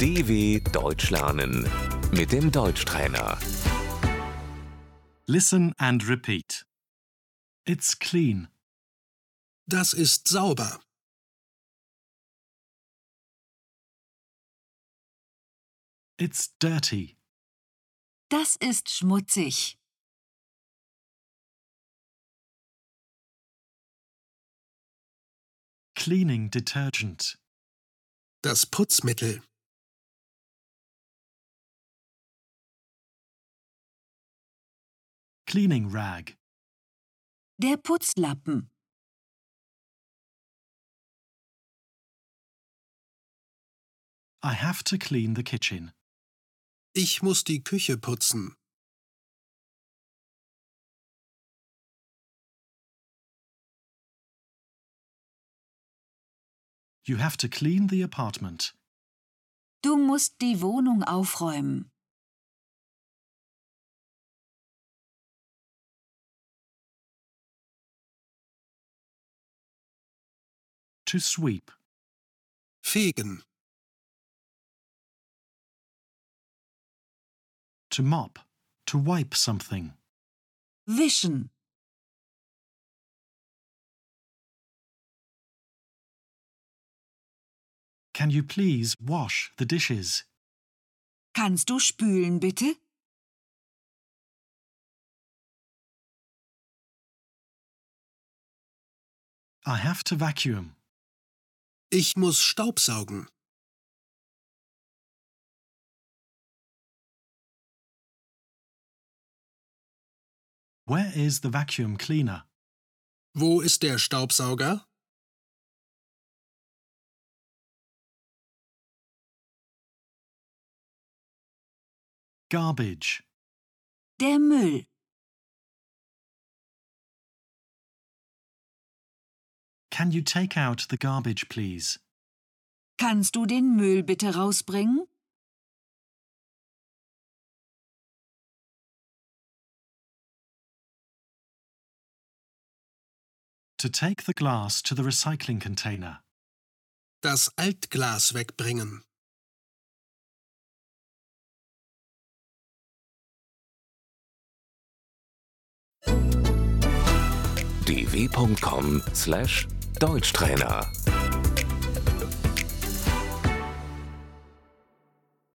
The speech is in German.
DW Deutsch lernen mit dem Deutschtrainer. Listen and repeat. It's clean. Das ist sauber. It's dirty. Das ist schmutzig. Cleaning detergent. Das Putzmittel. Cleaning rag. Der Putzlappen. I have to clean the kitchen. Ich muss die Küche putzen. You have to clean the apartment. Du musst die Wohnung aufräumen. To sweep. Fegen. To mop. To wipe something. Wischen. Can you please wash the dishes? Kannst du spülen bitte? I have to vacuum. Ich muss Staubsaugen. Where is the vacuum cleaner? Wo ist der Staubsauger? Garbage. Der Müll. Can you take out the garbage, please? Kannst du den Müll bitte rausbringen? To take the glass to the recycling container. Das Altglas wegbringen. dw.com/deutschtrainer